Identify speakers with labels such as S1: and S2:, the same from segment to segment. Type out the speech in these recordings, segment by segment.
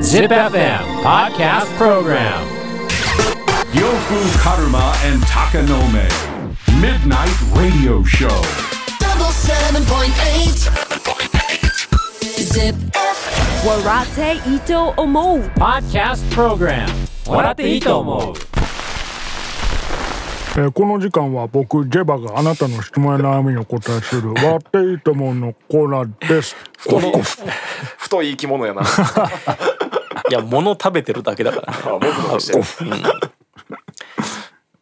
S1: Zip FM Podcast Program
S2: Yofu Karuma and Takanome. Midnight Radio Show.
S3: double seven point eight. Zip.
S4: Warate Ito Omo
S1: Podcast Program 笑っていいと思う
S5: えーこの時間は僕ジェバがあなたの質問や悩みにお答えする「割っていいと思う」のコーナーです。
S6: この太い生き物やな。あ
S7: いや物食べてるだけだから、ね、
S6: 僕の話です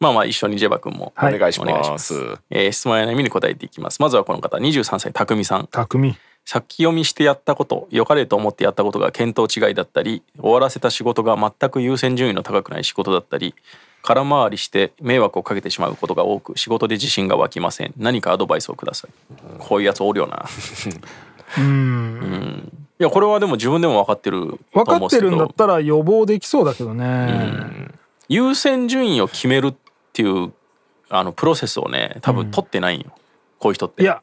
S7: まあまあ一緒にジェバ君も、
S5: はい
S6: お願いし
S7: お願いし
S6: ま。
S7: ますえー質問や悩みに答えていきますまずはこの方23歳たくみさん
S5: 匠
S7: 先読みしてやったこと良かれと思ってやったことが見当違いだったり終わらせた仕事が全く優先順位の高くない仕事だったり空回りして迷惑をかけてしまうことが多く仕事で自信が湧きません何かアドバイスをくださいこういうやつおるよなうんいやこれはでも自分でも分かってると
S5: 分
S7: 思う
S5: か
S7: んで
S5: っ
S7: す
S5: て
S7: け
S5: るんだ
S7: ど
S5: ったら予防できそうだけどね。
S7: 優先順位を決めるっていうあのプロセスをね多分取ってないんよ、こういう人って
S5: いや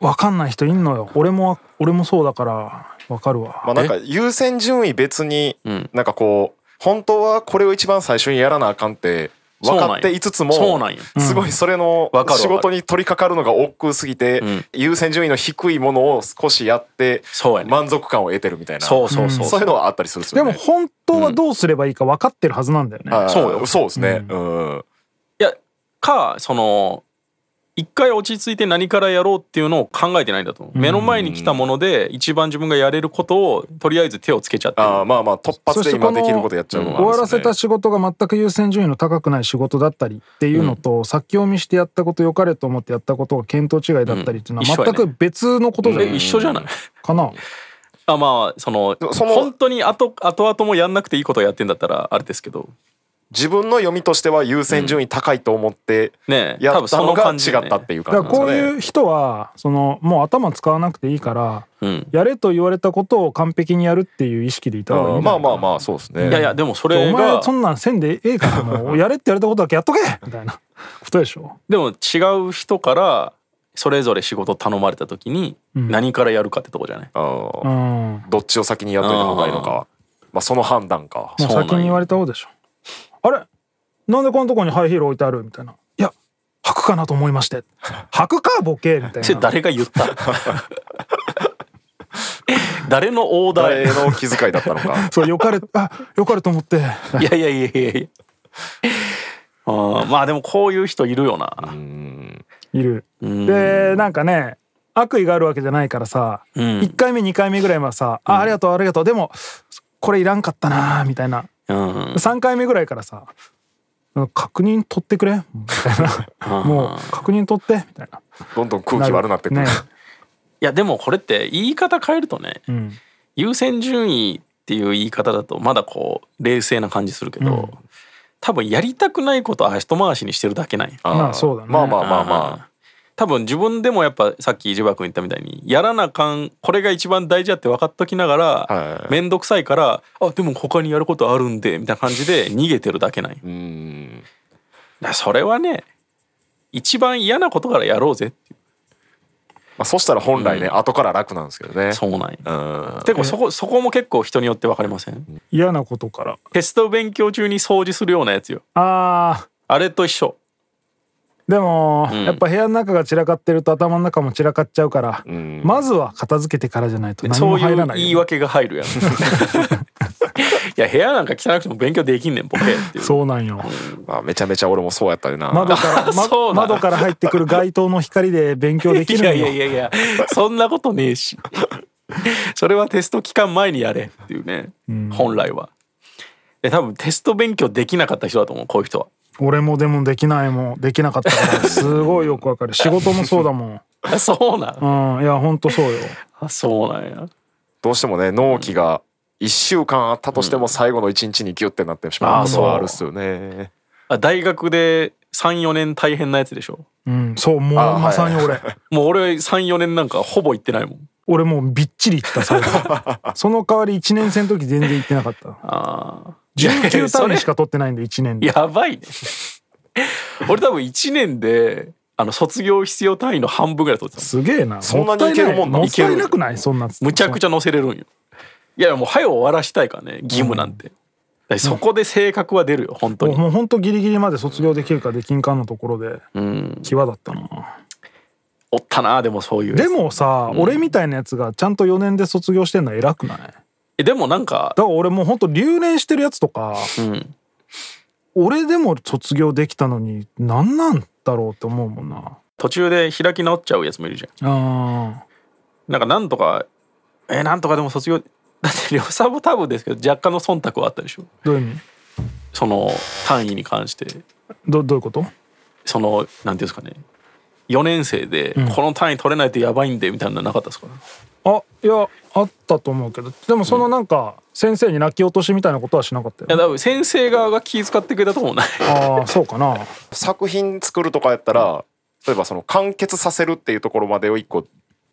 S5: 分かんない人いんのよ。俺も俺もそうだから分かるわ。
S6: まあなんか優先順位別に
S7: ん
S6: なんかこう本当はこれを一番最初にやらなあかんって分かっていつつも
S7: そうなんよ
S6: すごいそれの
S7: わかるわかる
S6: 仕事に取り掛かるのが億劫すぎて
S7: ん
S6: 優先順位の低いものを少しやって
S7: そうやね
S6: 満足感を得てるみたいな
S7: そうそうそう
S6: そういうのはあったりするんです
S5: で
S6: よ
S5: も
S6: ね。
S5: 本当はどうすればいいか分かってるはずなんだよね。
S6: はい
S7: そうよ
S6: そうですね。うん。
S7: いやかその一回落ち着いて何からやろうっていうのを考えてないんだと思う目の前に来たもので一番自分がやれることをとりあえず手をつけちゃってる
S6: あーまあまあ突発で今できることやっちゃうのもあ
S5: 終
S6: るん
S5: わ
S6: で
S5: ら
S6: す
S5: せ
S6: ね
S5: た仕事が全く優先順位の高くない仕事だったりっていうのと、先読みしてやったこと良かれと思ってやったことが見当違いだったりっていうの
S7: うん一緒
S5: は
S7: や
S5: 全
S7: ね
S5: く別のことじゃ
S7: え
S5: ない
S7: 一緒じゃない
S5: かな。
S7: あまあその
S6: もその
S7: 本当に後後々もやんなくていいことをやってんだったらあれですけど
S6: 自分の読みとしては優先順位高いと思って
S7: ねえ
S6: や
S7: 多
S6: っ
S7: 分
S6: たの
S7: その
S6: が違
S7: 感じだね
S6: ったっていう
S5: だ
S6: 感
S5: か
S6: じ
S5: らこう
S6: ですか
S5: い
S6: ね。
S5: う人はそのもう頭使わなくていいから、
S7: うん
S5: やれと言われたことを完璧にやるっていう意識でいた方がいい
S6: うんん
S5: だ
S6: ま
S5: よ
S6: あまあまあそうですね。
S7: いやいやでもそれ
S5: お前
S7: が
S5: そんなんせんでええからもう やれってやれたことだけやっとけみたいなことでしょ。
S7: でも違う人からそれぞれ仕事頼まれた時に何からやるかってとこじゃない、
S6: あー
S5: うん、
S6: どっちを先にやっといた方がいいのか。まあその判断か。
S5: もう
S7: そうなん
S5: 先
S7: よ
S5: に言われた方でしょ。あれなんでこのとこにハイヒール置いてあるみたいな。いや履くかなと思いまして履くかボケ みたい
S7: それ
S5: な。。
S7: 誰が言った誰のオーダー
S6: 誰の気遣いだったのか
S5: そうよかれあよかれと思って
S7: いやいやいやいやいや。あーまあでもこういう人いるよな。
S5: いる。でなんかね悪意があるわけじゃないからさ、
S7: ん
S5: 1回目2回目ぐらいはさ「あありがとうありがとうでもこれいらんかったな」みたいな
S7: うん。
S5: 3回目ぐらいからさ「確認取ってくれ」みたいな「もう確認取って」みたいな。
S6: どんどん空気悪なってくる。
S5: ね
S7: いやでもこれって言い方変えるとね、
S5: ん
S7: 優先順位っていう言い方だとまだこう冷静な感じするけど、多分やりたくないことは後回しにしてるだけない。
S6: あー
S5: まあそうだね
S6: まあまあまあまあ。
S7: 多分自分でもやっぱさっきジバ君言ったみたいにやらなあかんこれが一番大事だって分かっときなが
S6: は
S7: ら
S6: い
S7: 面倒くさいからあでも他にやることあるんでみたいな感じで逃げてるだけない
S6: うん。
S7: だからそれはね一番嫌なことからやろうぜってい
S6: まあそしたら本来ね後から楽なんですけどね
S7: う。そうなん
S6: う
S7: や
S6: ん。
S7: 結構そこそこも結構人によって分かりません
S5: 嫌なことから
S7: テスト勉強中に掃除するようなやつよ
S5: あー
S7: あれと一緒
S5: でも、
S7: ん
S5: やっぱ部屋の中が散らかってると頭の中も散らかっちゃうから、
S6: ん
S5: まずは片付けてからじゃないと何
S7: そ
S5: も
S7: うい
S5: 入ら
S7: う
S5: ないよ
S7: 言い訳が入るやんいや部屋なんか汚くても勉強できんねんボケっていう
S5: そうなんよ
S6: まあめちゃめちゃ俺もそうやったでな。
S5: 窓から、ま
S7: そうなん
S5: 窓から入ってくる街灯の光で勉強できる
S7: い
S5: のよ
S7: やいやいやいやそんなことねえしそれはテスト期間前にやれっていうね、本来はで多分テスト勉強できなかった人だと思うこういう人は
S5: 俺もでもできないもんできなかったからすごいよくわかる仕事もそうだも
S7: あそうなん
S5: んうんいやほんとそうよ
S7: あそうなんや
S6: どうしてもね納期が1週間あったとしても最後の1日にギュッてなってしまうことはあるっすよね。
S7: あ大学で34年大変なやつでしょ
S5: うんそうもう
S6: あはい
S5: まさに俺、
S7: もう俺34年なんかほぼ行ってないもん
S5: 俺もうびっちりいった最後その代わり1年生の時全然行ってなかった
S7: あーいや
S5: 19
S7: そ
S5: 単
S7: れ
S5: 位しか取ってないんで1年で
S7: やばいね俺多分1年であの卒業必要単位の半分ぐらい取ってたの
S5: すげえな
S6: そんなにいけるもんな
S5: もっ
S7: いけ
S5: た
S7: る
S5: いなくないそんなん
S7: むちゃくち
S5: ゃ
S7: ゃ載せれるんよいやもう早う終わらしたいからね義務なんて、だからそこで性格は出るよ本当に、
S5: もう本当ギリギリまで卒業できるかできんかのところで際だったな
S7: おったなでもそういうやつ
S5: でもさ俺みたいなやつがちゃんと4年で卒業してんの偉くない
S7: えでもなんか
S5: だから俺もう本当留年してるやつとか、俺でも卒業できたのに何なんだろうって思うもんな
S7: 途中で開き直っちゃうやつもいるじゃん
S5: あ
S7: なんかなんとかえーなんとかでも卒業だ って両サブ多分ですけど若干の忖度はあったでしょ
S5: どういう意味
S7: その単位に関して
S5: どどういうこと
S7: そのなんていうんですかね4年生でこの単位取れないとやばいんでみたいなのなかったですか、
S5: あいやあったと思うけどでもそのなんか先生に泣き落としみたいなことはしなかった
S7: いや
S5: よ、
S7: 多分先生側が気遣ってくれたと思うない
S5: ああそうかな
S6: 作品作るとかやったら例えばその完結させるっていうところまでを一個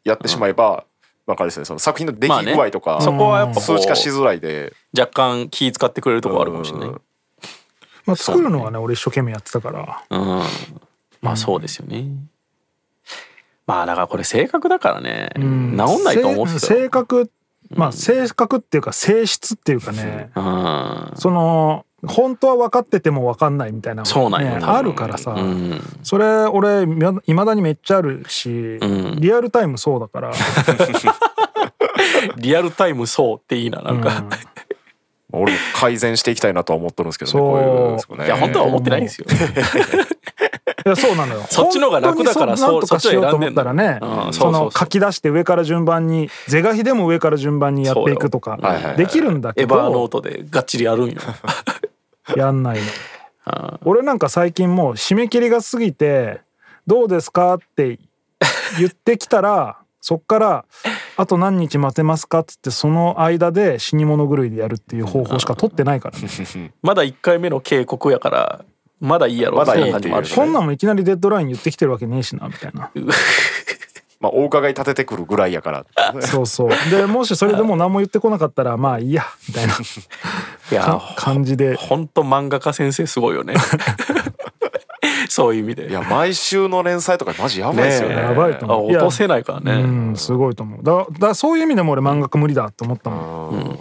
S6: やってしまえば、なんかあれですねその作品の出
S7: まあ
S6: 来
S7: ね
S6: 具合とか、
S7: そこはやっぱこう
S6: 数値化しづらいで
S7: 若干気遣ってくれるとこはあるかもしれない
S6: うん
S5: まあ、作るのはね俺一生懸命やってたから
S7: うんまあそうですよねまあだからこれ性格だからね、治んないと思うんです
S5: せ
S7: よ、
S5: 性格まあ性格っていうか性質っていうかね、
S7: うん、
S5: その本当は分かってても分かんないみたいな、ね、
S7: そうなんよ、多分
S5: あるからさ、
S7: うん
S5: それ俺いまだにめっちゃあるし、
S7: ん
S5: リアルタイムそうだ から
S7: リアルタイムそうっていいななんか、
S6: まあ俺も改善していきたいなとは思っとるんですけどね
S5: そう
S6: こういうですよね
S7: いや本当は思ってないんですよ、
S5: いやそうなのよ
S7: そっちの方が楽だか
S5: 本当
S7: ら
S5: に
S7: そう
S5: なんとかしようと思ったら
S7: そっ
S5: ね
S7: ちを選んでんのうん
S5: そ
S7: そうそう
S5: の
S7: そう
S5: 書き出して上から順番に是が非でも上から順番にやっていくとか
S6: そうよはいはいはい
S5: できるんだ
S7: エ
S5: け
S7: ヴァーノー
S5: ど
S7: トでがっちりやるんよ
S5: やんないの俺なんか最近もう締め切りが過ぎて「どうですか?」って言ってきたらそっから「あと何日待てますか?」っつってその間で死に物狂いでやるっていう方法しか取ってないからね
S7: まだ1回目の警告やからまだいいやろ
S6: まだいい
S7: みたな感じもある
S6: っ
S7: し
S6: てい
S5: こ
S6: うん
S5: なんもいきなりデッドライン言ってきてるわけねえしなみたいな
S6: まあお伺い立ててくるぐらいや から
S5: そうそうでもしそれでもう何も言ってこなかったらまあいいやみたいない
S7: や
S5: か感じで
S7: ほんと漫画家先生すごいよね そういう意味で
S6: いや毎週の連載とかマジやばいですよね
S5: やばいと
S7: あ
S5: 思うい
S7: 落
S5: や
S7: とせないからね、
S5: うんすごいと思うだだからそういう意味でも俺漫画家無理だと思ったもん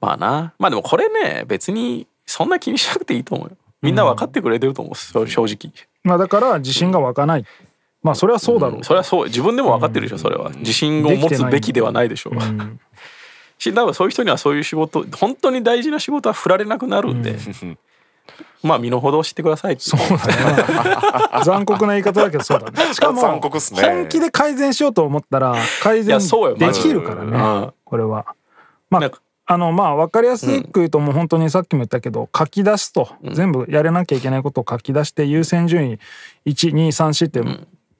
S7: まあなまあでもこれね別にそんな気にしなくていいと思うよみんな分かってくれてると思うそう正直、
S5: まあだから自信が湧かないまあそれはそうだろう
S7: それはそう自分でも分かってるでしょそれは自信を持つべきではないでしょう、し多分そういう人にはそういう仕事本当に大事な仕事は振られなくなるんで、まあ身の程を知ってくださいってい う
S5: 残酷な言い方だけどそうだ ねしかも
S6: 残酷っすね
S5: 本気で改善しようと思ったら改
S7: い
S5: 善
S7: やそうよ
S5: できるから
S7: マジで
S5: ねこれはま
S7: な
S5: あ
S7: んか
S5: あのまあ分かりやすく言うともう本当にさっきも言ったけど書き出すと全部やれなきゃいけないことを書き出して優先順位1234って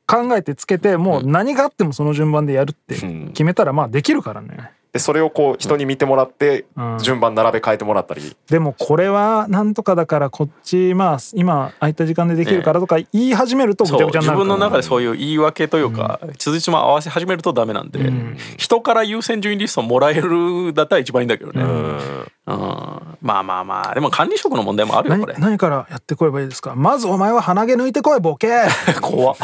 S5: 考えてつけてもう何があってもその順番でやるって決めたらまあできるからね。
S6: でそれをこう人に見てもらって
S5: ん
S6: 順番並べ替えてもらったり、
S5: でもこれはなんとかだからこっちまあ今空いた時間でできるからとか言い始めるとぐち
S7: そ
S5: ゃ
S7: う
S5: ぐちゃに
S7: 自
S5: なる
S7: 分
S5: か
S7: の
S5: ら
S7: 中でそういう言い訳というか、続きも合わせ始めるとダメなんで、人から優先順位リストもらえるだったら一番いいんだけどね、うんまあまあまあでも管理職の問題もあるよ
S5: 何
S7: これ
S5: 何からやってこればいいですかまずお前は鼻毛抜いてこい ボケ
S7: 怖っ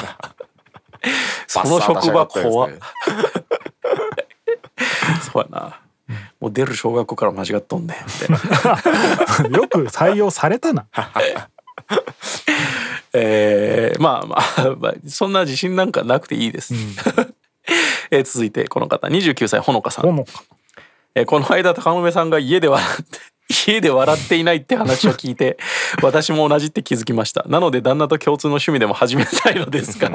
S7: その職場怖
S6: バッサー出しやがったや
S7: っ
S6: つね
S7: そうやなもう出る小学校から間違っとんね んって
S5: よく採用されたな
S7: えーまあまあ、まあ、そんな自信なんかなくていいです。 えー続いてこの方29歳ほのかさ
S5: ほ
S7: ん、
S5: のか
S7: えーこの間高梅さんが家で笑って 家で笑っていないって話を聞 いて私も同じって気づきましたなので旦那と共通の趣味でも始めたいので すが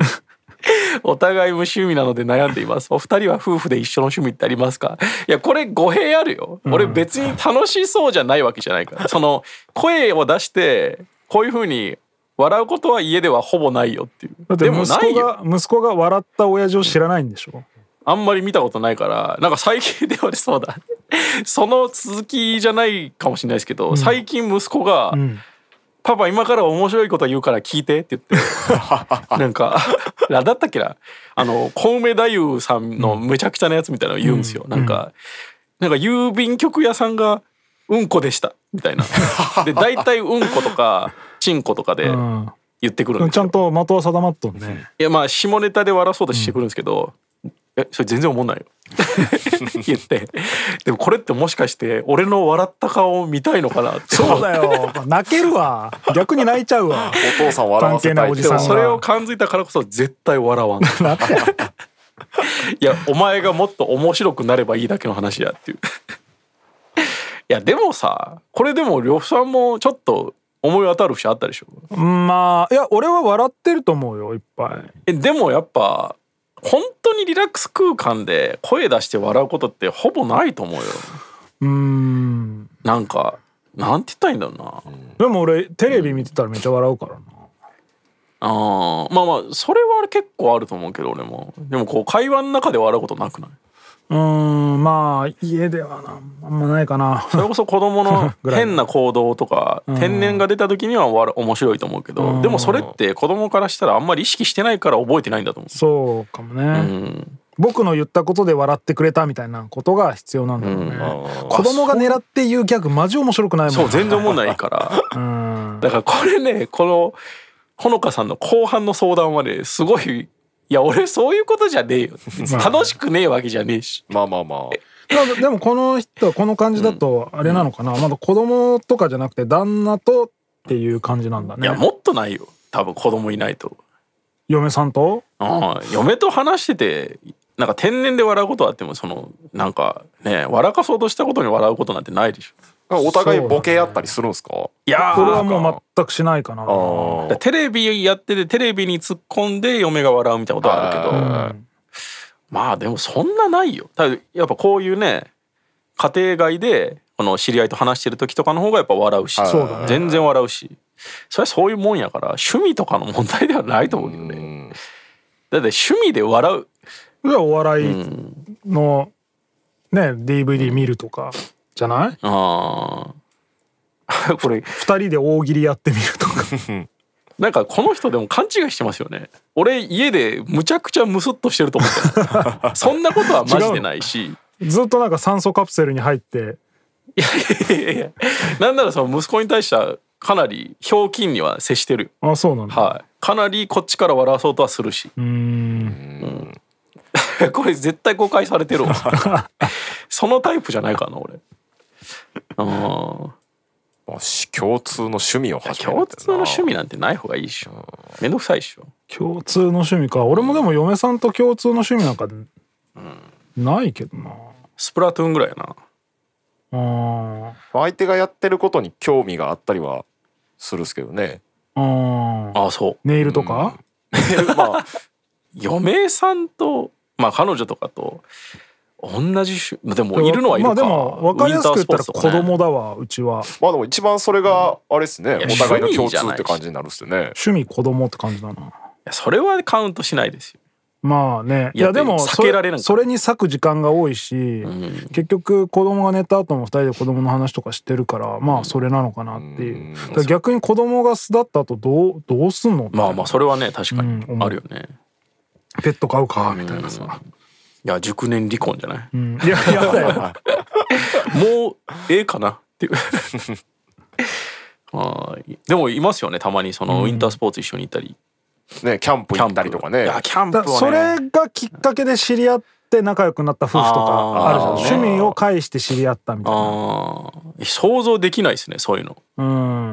S7: お互い無趣味なので悩んでいますお二人は夫婦で一緒の趣味ってありますかいやこれ語弊あるよ俺別に楽しそうじゃないわけじゃないからその声を出してこういうふうに笑うことは家ではほぼないよってい
S5: だ
S7: う
S5: って
S7: で
S5: 息
S7: も
S5: 子
S7: ないよ
S5: が息子が笑った親父を知らないんでしょ
S7: あんまり見たことないからなんか最近ではそうだ その続きじゃないかもしれないですけど、最近息子が、パパ今から面白いこと言うから聞いて」って言 ってなんかなんだったっけなあの小梅太夫さんのむちゃくちゃなやつみたいなの言うんですよ、なんか、なんか郵便局屋さんが「うんこでした」みたいなで大体「うんこ」とか「ちんこ」とかで、
S5: うん
S7: 言ってくるんです
S5: ちゃ
S7: よ
S5: んと的は定まっとんね。
S7: いやまあ下ネタで笑そうとしてくるんですけど、えそれ全然思んないよ 言ってでもこれってもしかして俺の笑った顔を見たいのかなって
S5: そうだよ。 泣けるわ。逆に泣いちゃうわ。
S6: お父さんを笑わせた
S5: 関
S6: い
S5: 係ないおじ
S7: で
S5: さん
S7: も
S5: が
S7: それを感づいたからこそ絶対笑わんいやお前がもっと面白くなればいいだけの話やっていういやでもさこれでも呂布さんもちょっと思い当たる節あったでしょ
S5: まあいや俺は笑ってると思うよいっぱい。
S7: えでもやっぱ本当にリラックス空間で声出して笑うことってほぼないと思うよ
S5: うーん。
S7: なんかなんて言ったらいいんだろうな
S5: でも俺テレビ見てたらめっちゃ笑うからな。
S7: あーまあまあそれは結構あると思うけど俺もでもこう会話の中で笑うことなくないう
S5: ーんまあ家ではなあんまないかな。
S7: それこそ子供 の
S5: ぐらいの
S7: 変な行動とか天然が出た時にはわら面白いと思うけどでもそれって子供からしたらあんまり意識してないから覚えてないんだと思
S5: そうかもね、
S7: う、うん、
S5: 僕の言ったことで笑ってくれたみたいなことが必要なんだろうね。
S6: あ
S5: 子供が狙って言うギャグマジ面白くないもん
S7: そう全然思んない から
S5: うん
S7: だからこれねこのほのかさんの後半の相談はねすごいいや俺そういうことじゃねえよ楽しくねえわけじゃねえし
S6: まあまあまあ
S5: なんかでもこの人この感じだとあれなのかな、まだ子供とかじゃなくて旦那とっていう感じなんだ
S7: いや
S5: ね
S7: もっとないよ多分子供いないと
S5: 嫁さんと
S7: ああ嫁と話しててなんか天然で笑うことはあってもそのなんかね笑かそうとしたことに笑うことなんてないでしょ
S6: お互いボケ合ったりするんですか
S7: いやー
S5: これはもう全くしないかな
S6: あー
S7: だからテレビやっててテレビに突っ込んで嫁が笑うみたいなことはあるけど
S6: あ
S7: まあでもそんなないよただやっぱこういうね家庭外でこの知り合いと話してる時とかの方がやっぱ笑うし
S5: そうだね
S7: 全然笑うしそれはそういうもんやから趣味とかの問題ではないと思うけどねだって趣味で笑う
S5: いやお笑いのね DVD 見るとかじゃない
S7: あー これ
S5: 二人で大喜利やってみると か
S7: なんかこの人でも勘違いしてますよね俺家でむちゃくちゃムスっとしてると思っ てるそんなことはマジでないし
S5: ずっとなんか酸素カプセルに入って
S7: いやいや なんならその息子に対してはかなりひょうきんには接してる
S5: あそうなんだ、
S7: はいかなりこっちから笑わそうとはするし
S5: うーん
S7: これ絶対誤解されて るわそのタイプじゃないからな俺うん
S6: まあし共通の趣味を始める
S7: 共
S6: って
S7: 通
S6: な
S7: の趣味なんてない方がいいでしょめんどくさいでしょ
S5: 共通の趣味か俺もでも嫁さんと共通の趣味なんかないけどな
S7: スプラトゥーンぐらいやな
S5: あー
S6: 相手がやってることに興味があったりはするっすけどね
S5: あー
S7: ああそう
S5: ネイルとか、
S6: まあ
S7: 嫁さんとまあ彼女とかと同じ趣でもいるのはいるか、
S5: まあでも分かりやすく言ったら
S7: ウィンタースポーツ
S5: 子
S7: とかね
S5: 供だわ、うちは
S6: まあでも一番それがあれですね、
S7: や
S6: お互いの
S7: 趣
S6: 共
S7: 味じ
S6: 通
S7: ゃないし
S6: って感じになるっすよね
S5: 趣味子供って感じだない
S7: やそれはカウントしないですよ
S5: まあねい
S7: い
S5: や
S7: や
S5: でも
S7: 避け
S5: それ
S7: られない
S5: それに割く時間が多いし、結局子供が寝た後も2人で子供の話とかしてるからまあそれなのかなっていう、だから逆に子供が巣立った後どうどうすんの、
S7: まあまあそれはね確かに
S5: うん
S7: あるよね、
S5: ペット飼うかみたいなさ、
S7: いや熟年離婚じゃない、
S5: うんいややだよ
S7: もうええかなっていう あーでもいますよねたまにそのウィンタースポーツ一緒に行ったり、
S6: ねキャンプ
S7: キャ
S6: 行
S7: ン
S6: っ
S7: プ
S6: たりとかね
S7: いやキャンプ
S5: だ
S7: は
S5: か
S7: ね
S5: らそれがきっかけで知り合って仲良くなった夫婦とかあるじゃん
S7: あー
S5: 趣味を介して知り合ったみたいな
S7: あー想像できないですねそういうの
S5: う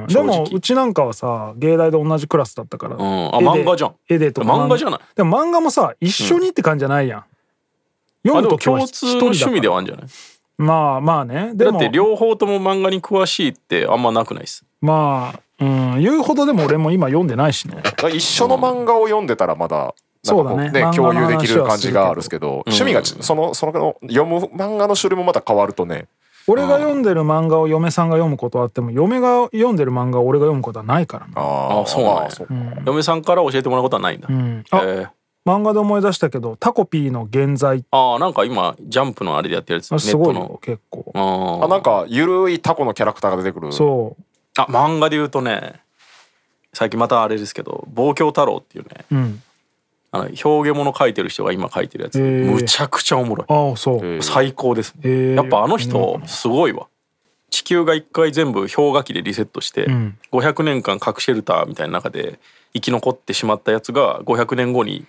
S5: ん、でもうちなんかはさ芸大で同じクラスだったから、
S7: ん
S5: 絵
S7: あ
S5: で
S7: 漫画じゃん
S5: 絵でとか
S7: 漫画じゃない
S5: でも漫画もさ一緒にって感じじゃないやん、
S7: あ
S5: 読
S7: で
S5: むと
S7: も
S5: きは
S7: 共
S5: 一
S7: 通の
S5: 人だ
S7: 趣
S5: から
S7: 味ではあるんじゃない
S5: まあまあねで
S7: だ
S5: も
S7: って両方とも漫画に詳しいってあんまなくないです
S5: まあ、うん、言うほどでも俺も今読んでないしね
S6: だから一緒の漫画を読んでたらまだなんかこ
S5: そうだね漫画の
S6: 共有できる感じがある
S5: 話は
S6: んですすけど趣味がちそのその読む漫画の種類もまた変わるとね
S5: 俺が読んでる漫画を嫁さんが読むことはあっても嫁が読んでる漫画を俺が読むことはないからな
S6: あ
S7: あそうなんや
S6: あそう
S7: 嫁さんから教えてもらうことはないんだ、
S5: うん
S7: え
S5: あ、
S7: ー
S5: 漫画で思い出したけどタコピーの現在
S7: あーなんか今ジャンプのあれでやってるやつネ
S5: あ
S7: ッ
S5: すご
S7: ト
S5: い
S7: の
S5: よ結構
S7: あ
S6: あ
S7: ー
S6: なんかゆるいタコのキャラクターが出てくる
S5: そう
S7: あ漫画で言うとね最近またあれですけど「望郷太郎」っていうね
S5: うん
S7: あの表現物書いてる人が今書いてるやつ
S5: へー
S7: むちゃくちゃおもろい
S5: ああそう、
S7: 最高ですね
S5: へー
S7: やっぱあの人すごいわ地球が一回全部氷河期でリセットして、
S5: ん
S7: 500年間核シェルターみたいな中で生き残ってしまったやつが500年後に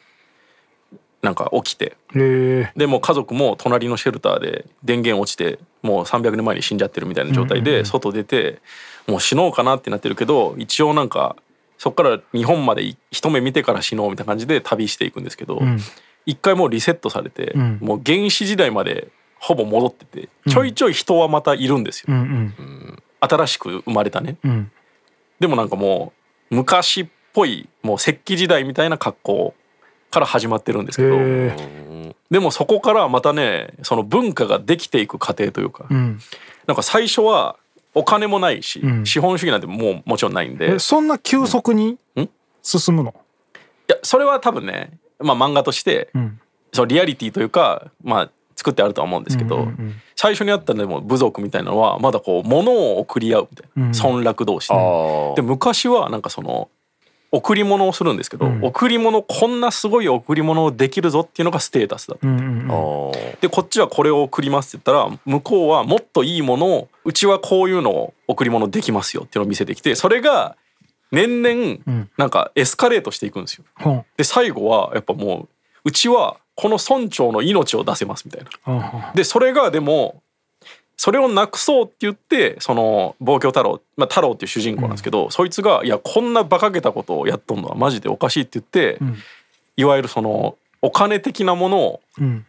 S7: なんか起きて
S5: へえ
S7: でもう家族も隣のシェルターで電源落ちてもう300年前に死んじゃってるみたいな状態で外出てもう死のうかなってなってるけど一応なんかそこから日本まで一目見てから死のうみたいな感じで旅していくんですけど、
S5: ん
S7: 一回もうリセットされて、
S5: ん
S7: もう原始時代までほぼ戻っててちょいちょい人はまたいるんですよ、
S5: うんうん
S7: 新しく生まれたね
S5: うん
S7: でもなんかもう昔っぽいもう石器時代みたいな格好から始まってるんです
S5: へ
S7: けど。
S5: え
S7: でもそこからまたねその文化ができていく過程というか、
S5: うん
S7: なんか最初はお金もないし、
S5: ん
S7: 資本主義なんてもうもちろんないんでい
S5: えそんな急速に
S7: うん
S5: 進むの
S7: やそれは多分ね、まあ、漫画として、
S5: ん
S7: そのリアリティというか、まあ、作ってあるとは思うんですけど、
S5: うんうんうん
S7: 最初にあったでも部族みたいなのはまだこう物を送り合うみたいな、
S5: うん
S7: 村落同士で。
S6: あ
S7: で昔はなんかその贈り物をするんですけど、
S5: うん
S7: 贈り物こんなすごい贈り物をできるぞっていうのがステータスだった
S5: うんうんうん
S6: あ
S7: でこっちはこれを送りますって言ったら向こうはもっといいものをうちはこういうのを贈り物できますよっていうのを見せてきてそれが年々
S5: ん
S7: なんかエスカレートしていくんですよ。
S5: ほん
S7: で最後はやっぱもううちはこの村長の命を出せますみたいな。
S5: あは
S7: でそれがでもそれをなくそうって言ってその望郷太郎、まあ、太郎っていう主人公なんですけど、そいつが「いやこんな馬鹿げたことをやっとんのはマジでおかしい」って言って、
S5: ん
S7: いわゆるそのお金的なものを
S5: うん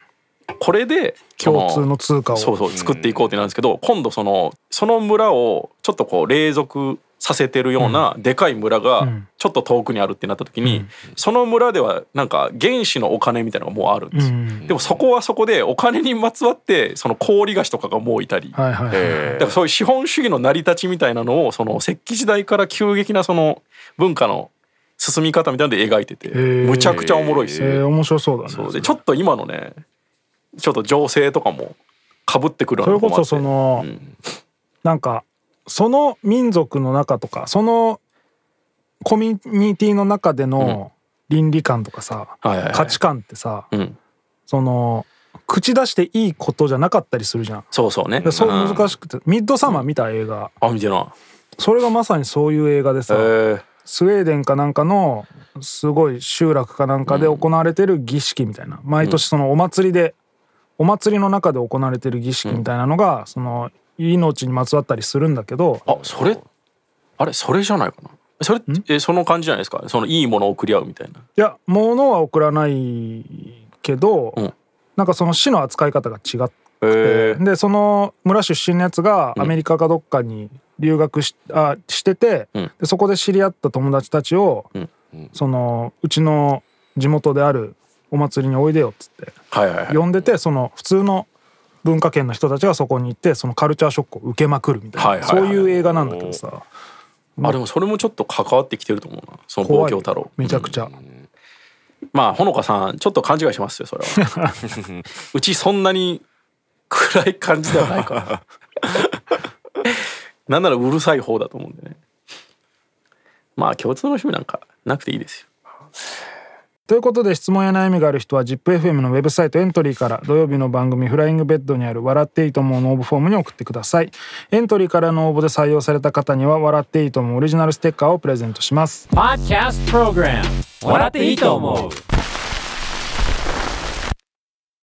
S7: これでそ
S5: 共通の通貨を
S7: そうそう作っていこうってなるんですけど、今度そのその村をちょっとこう隷属させてるようなでかい村が
S5: ん
S7: ちょっと遠くにあるってなった時に、その村ではなんか原始のお金みたいなのがもうあるんです
S5: う
S7: よ、
S5: ん
S7: でもそこはそこでお金にまつわってその氷菓子とかがもういたり、
S5: はいはいはい
S7: だからそういう資本主義の成り立ちみたいなのをその石器時代から急激なその文化の進み方みたいなので描いてて
S5: ー
S7: むちゃくちゃおもろいですよ、
S5: えー面白そうだね
S7: そうでちょっと今のねちょっと情勢とかもかぶってくるよ
S5: そうれ
S7: なと
S5: こ
S7: もあ
S5: そ
S7: って
S5: その、なんかその民族の中とかそのコミュニティの中での倫理観とかさ、
S7: はいはいはい
S5: 価値観ってさ
S7: うん、
S5: その口出していいことじゃなかったりするじゃん。
S7: そうそうね
S5: でそう
S7: うん
S5: 難しくて「ミッドサマー」見た映画
S7: あ見てな
S5: それがまさにそういう映画で
S7: え
S5: さ、スウェーデンかなんかのすごい集落かなんかで行われてる儀式みたいな毎年そのお祭りでお祭りの中で行われてる儀式みたいなのがその命にまつわったりするんだけど
S7: あそれあれそれじゃないかなそれえその感じじゃないですかそのいいものを送り合うみたいない
S5: や物は送らないけど、
S7: うん
S5: なんかその死の扱い方が違って、
S7: へ
S5: でその村出身のやつがアメリカかどっかに留学し,、あしてて、
S7: うん
S5: でそこで知り合った友達たちを、
S7: うん
S5: そのうちの地元であるお祭りにおいでよっつって
S7: はいはいはい
S5: 呼んでてその普通の文化圏の人たちがそこに行ってそのカルチャーショックを受けまくるみたいな、
S7: はいはいはい
S5: そういう映画なんだけどさ
S7: あでもそれもちょっと関わってきてると思うなその望
S5: 怖い
S7: 郷太郎
S5: めちゃくちゃ、
S7: まあほのかさんちょっと勘違いしますよそれはうちそんなに暗い感じではないからなんならうるさい方だと思うんでねまあ共通の趣味なんかなくていいですよ
S5: ということで質問や悩みがある人は ZIPFM のウェブサイトエントリーから土曜日の番組「フライングベッド」にある「笑っていいと思う」の応募フォームに送ってくださいエントリーからの応募で採用された方には「笑っていいと思う」オリジナルステッカーをプレゼントします
S1: Podcast Program 笑っていいと思う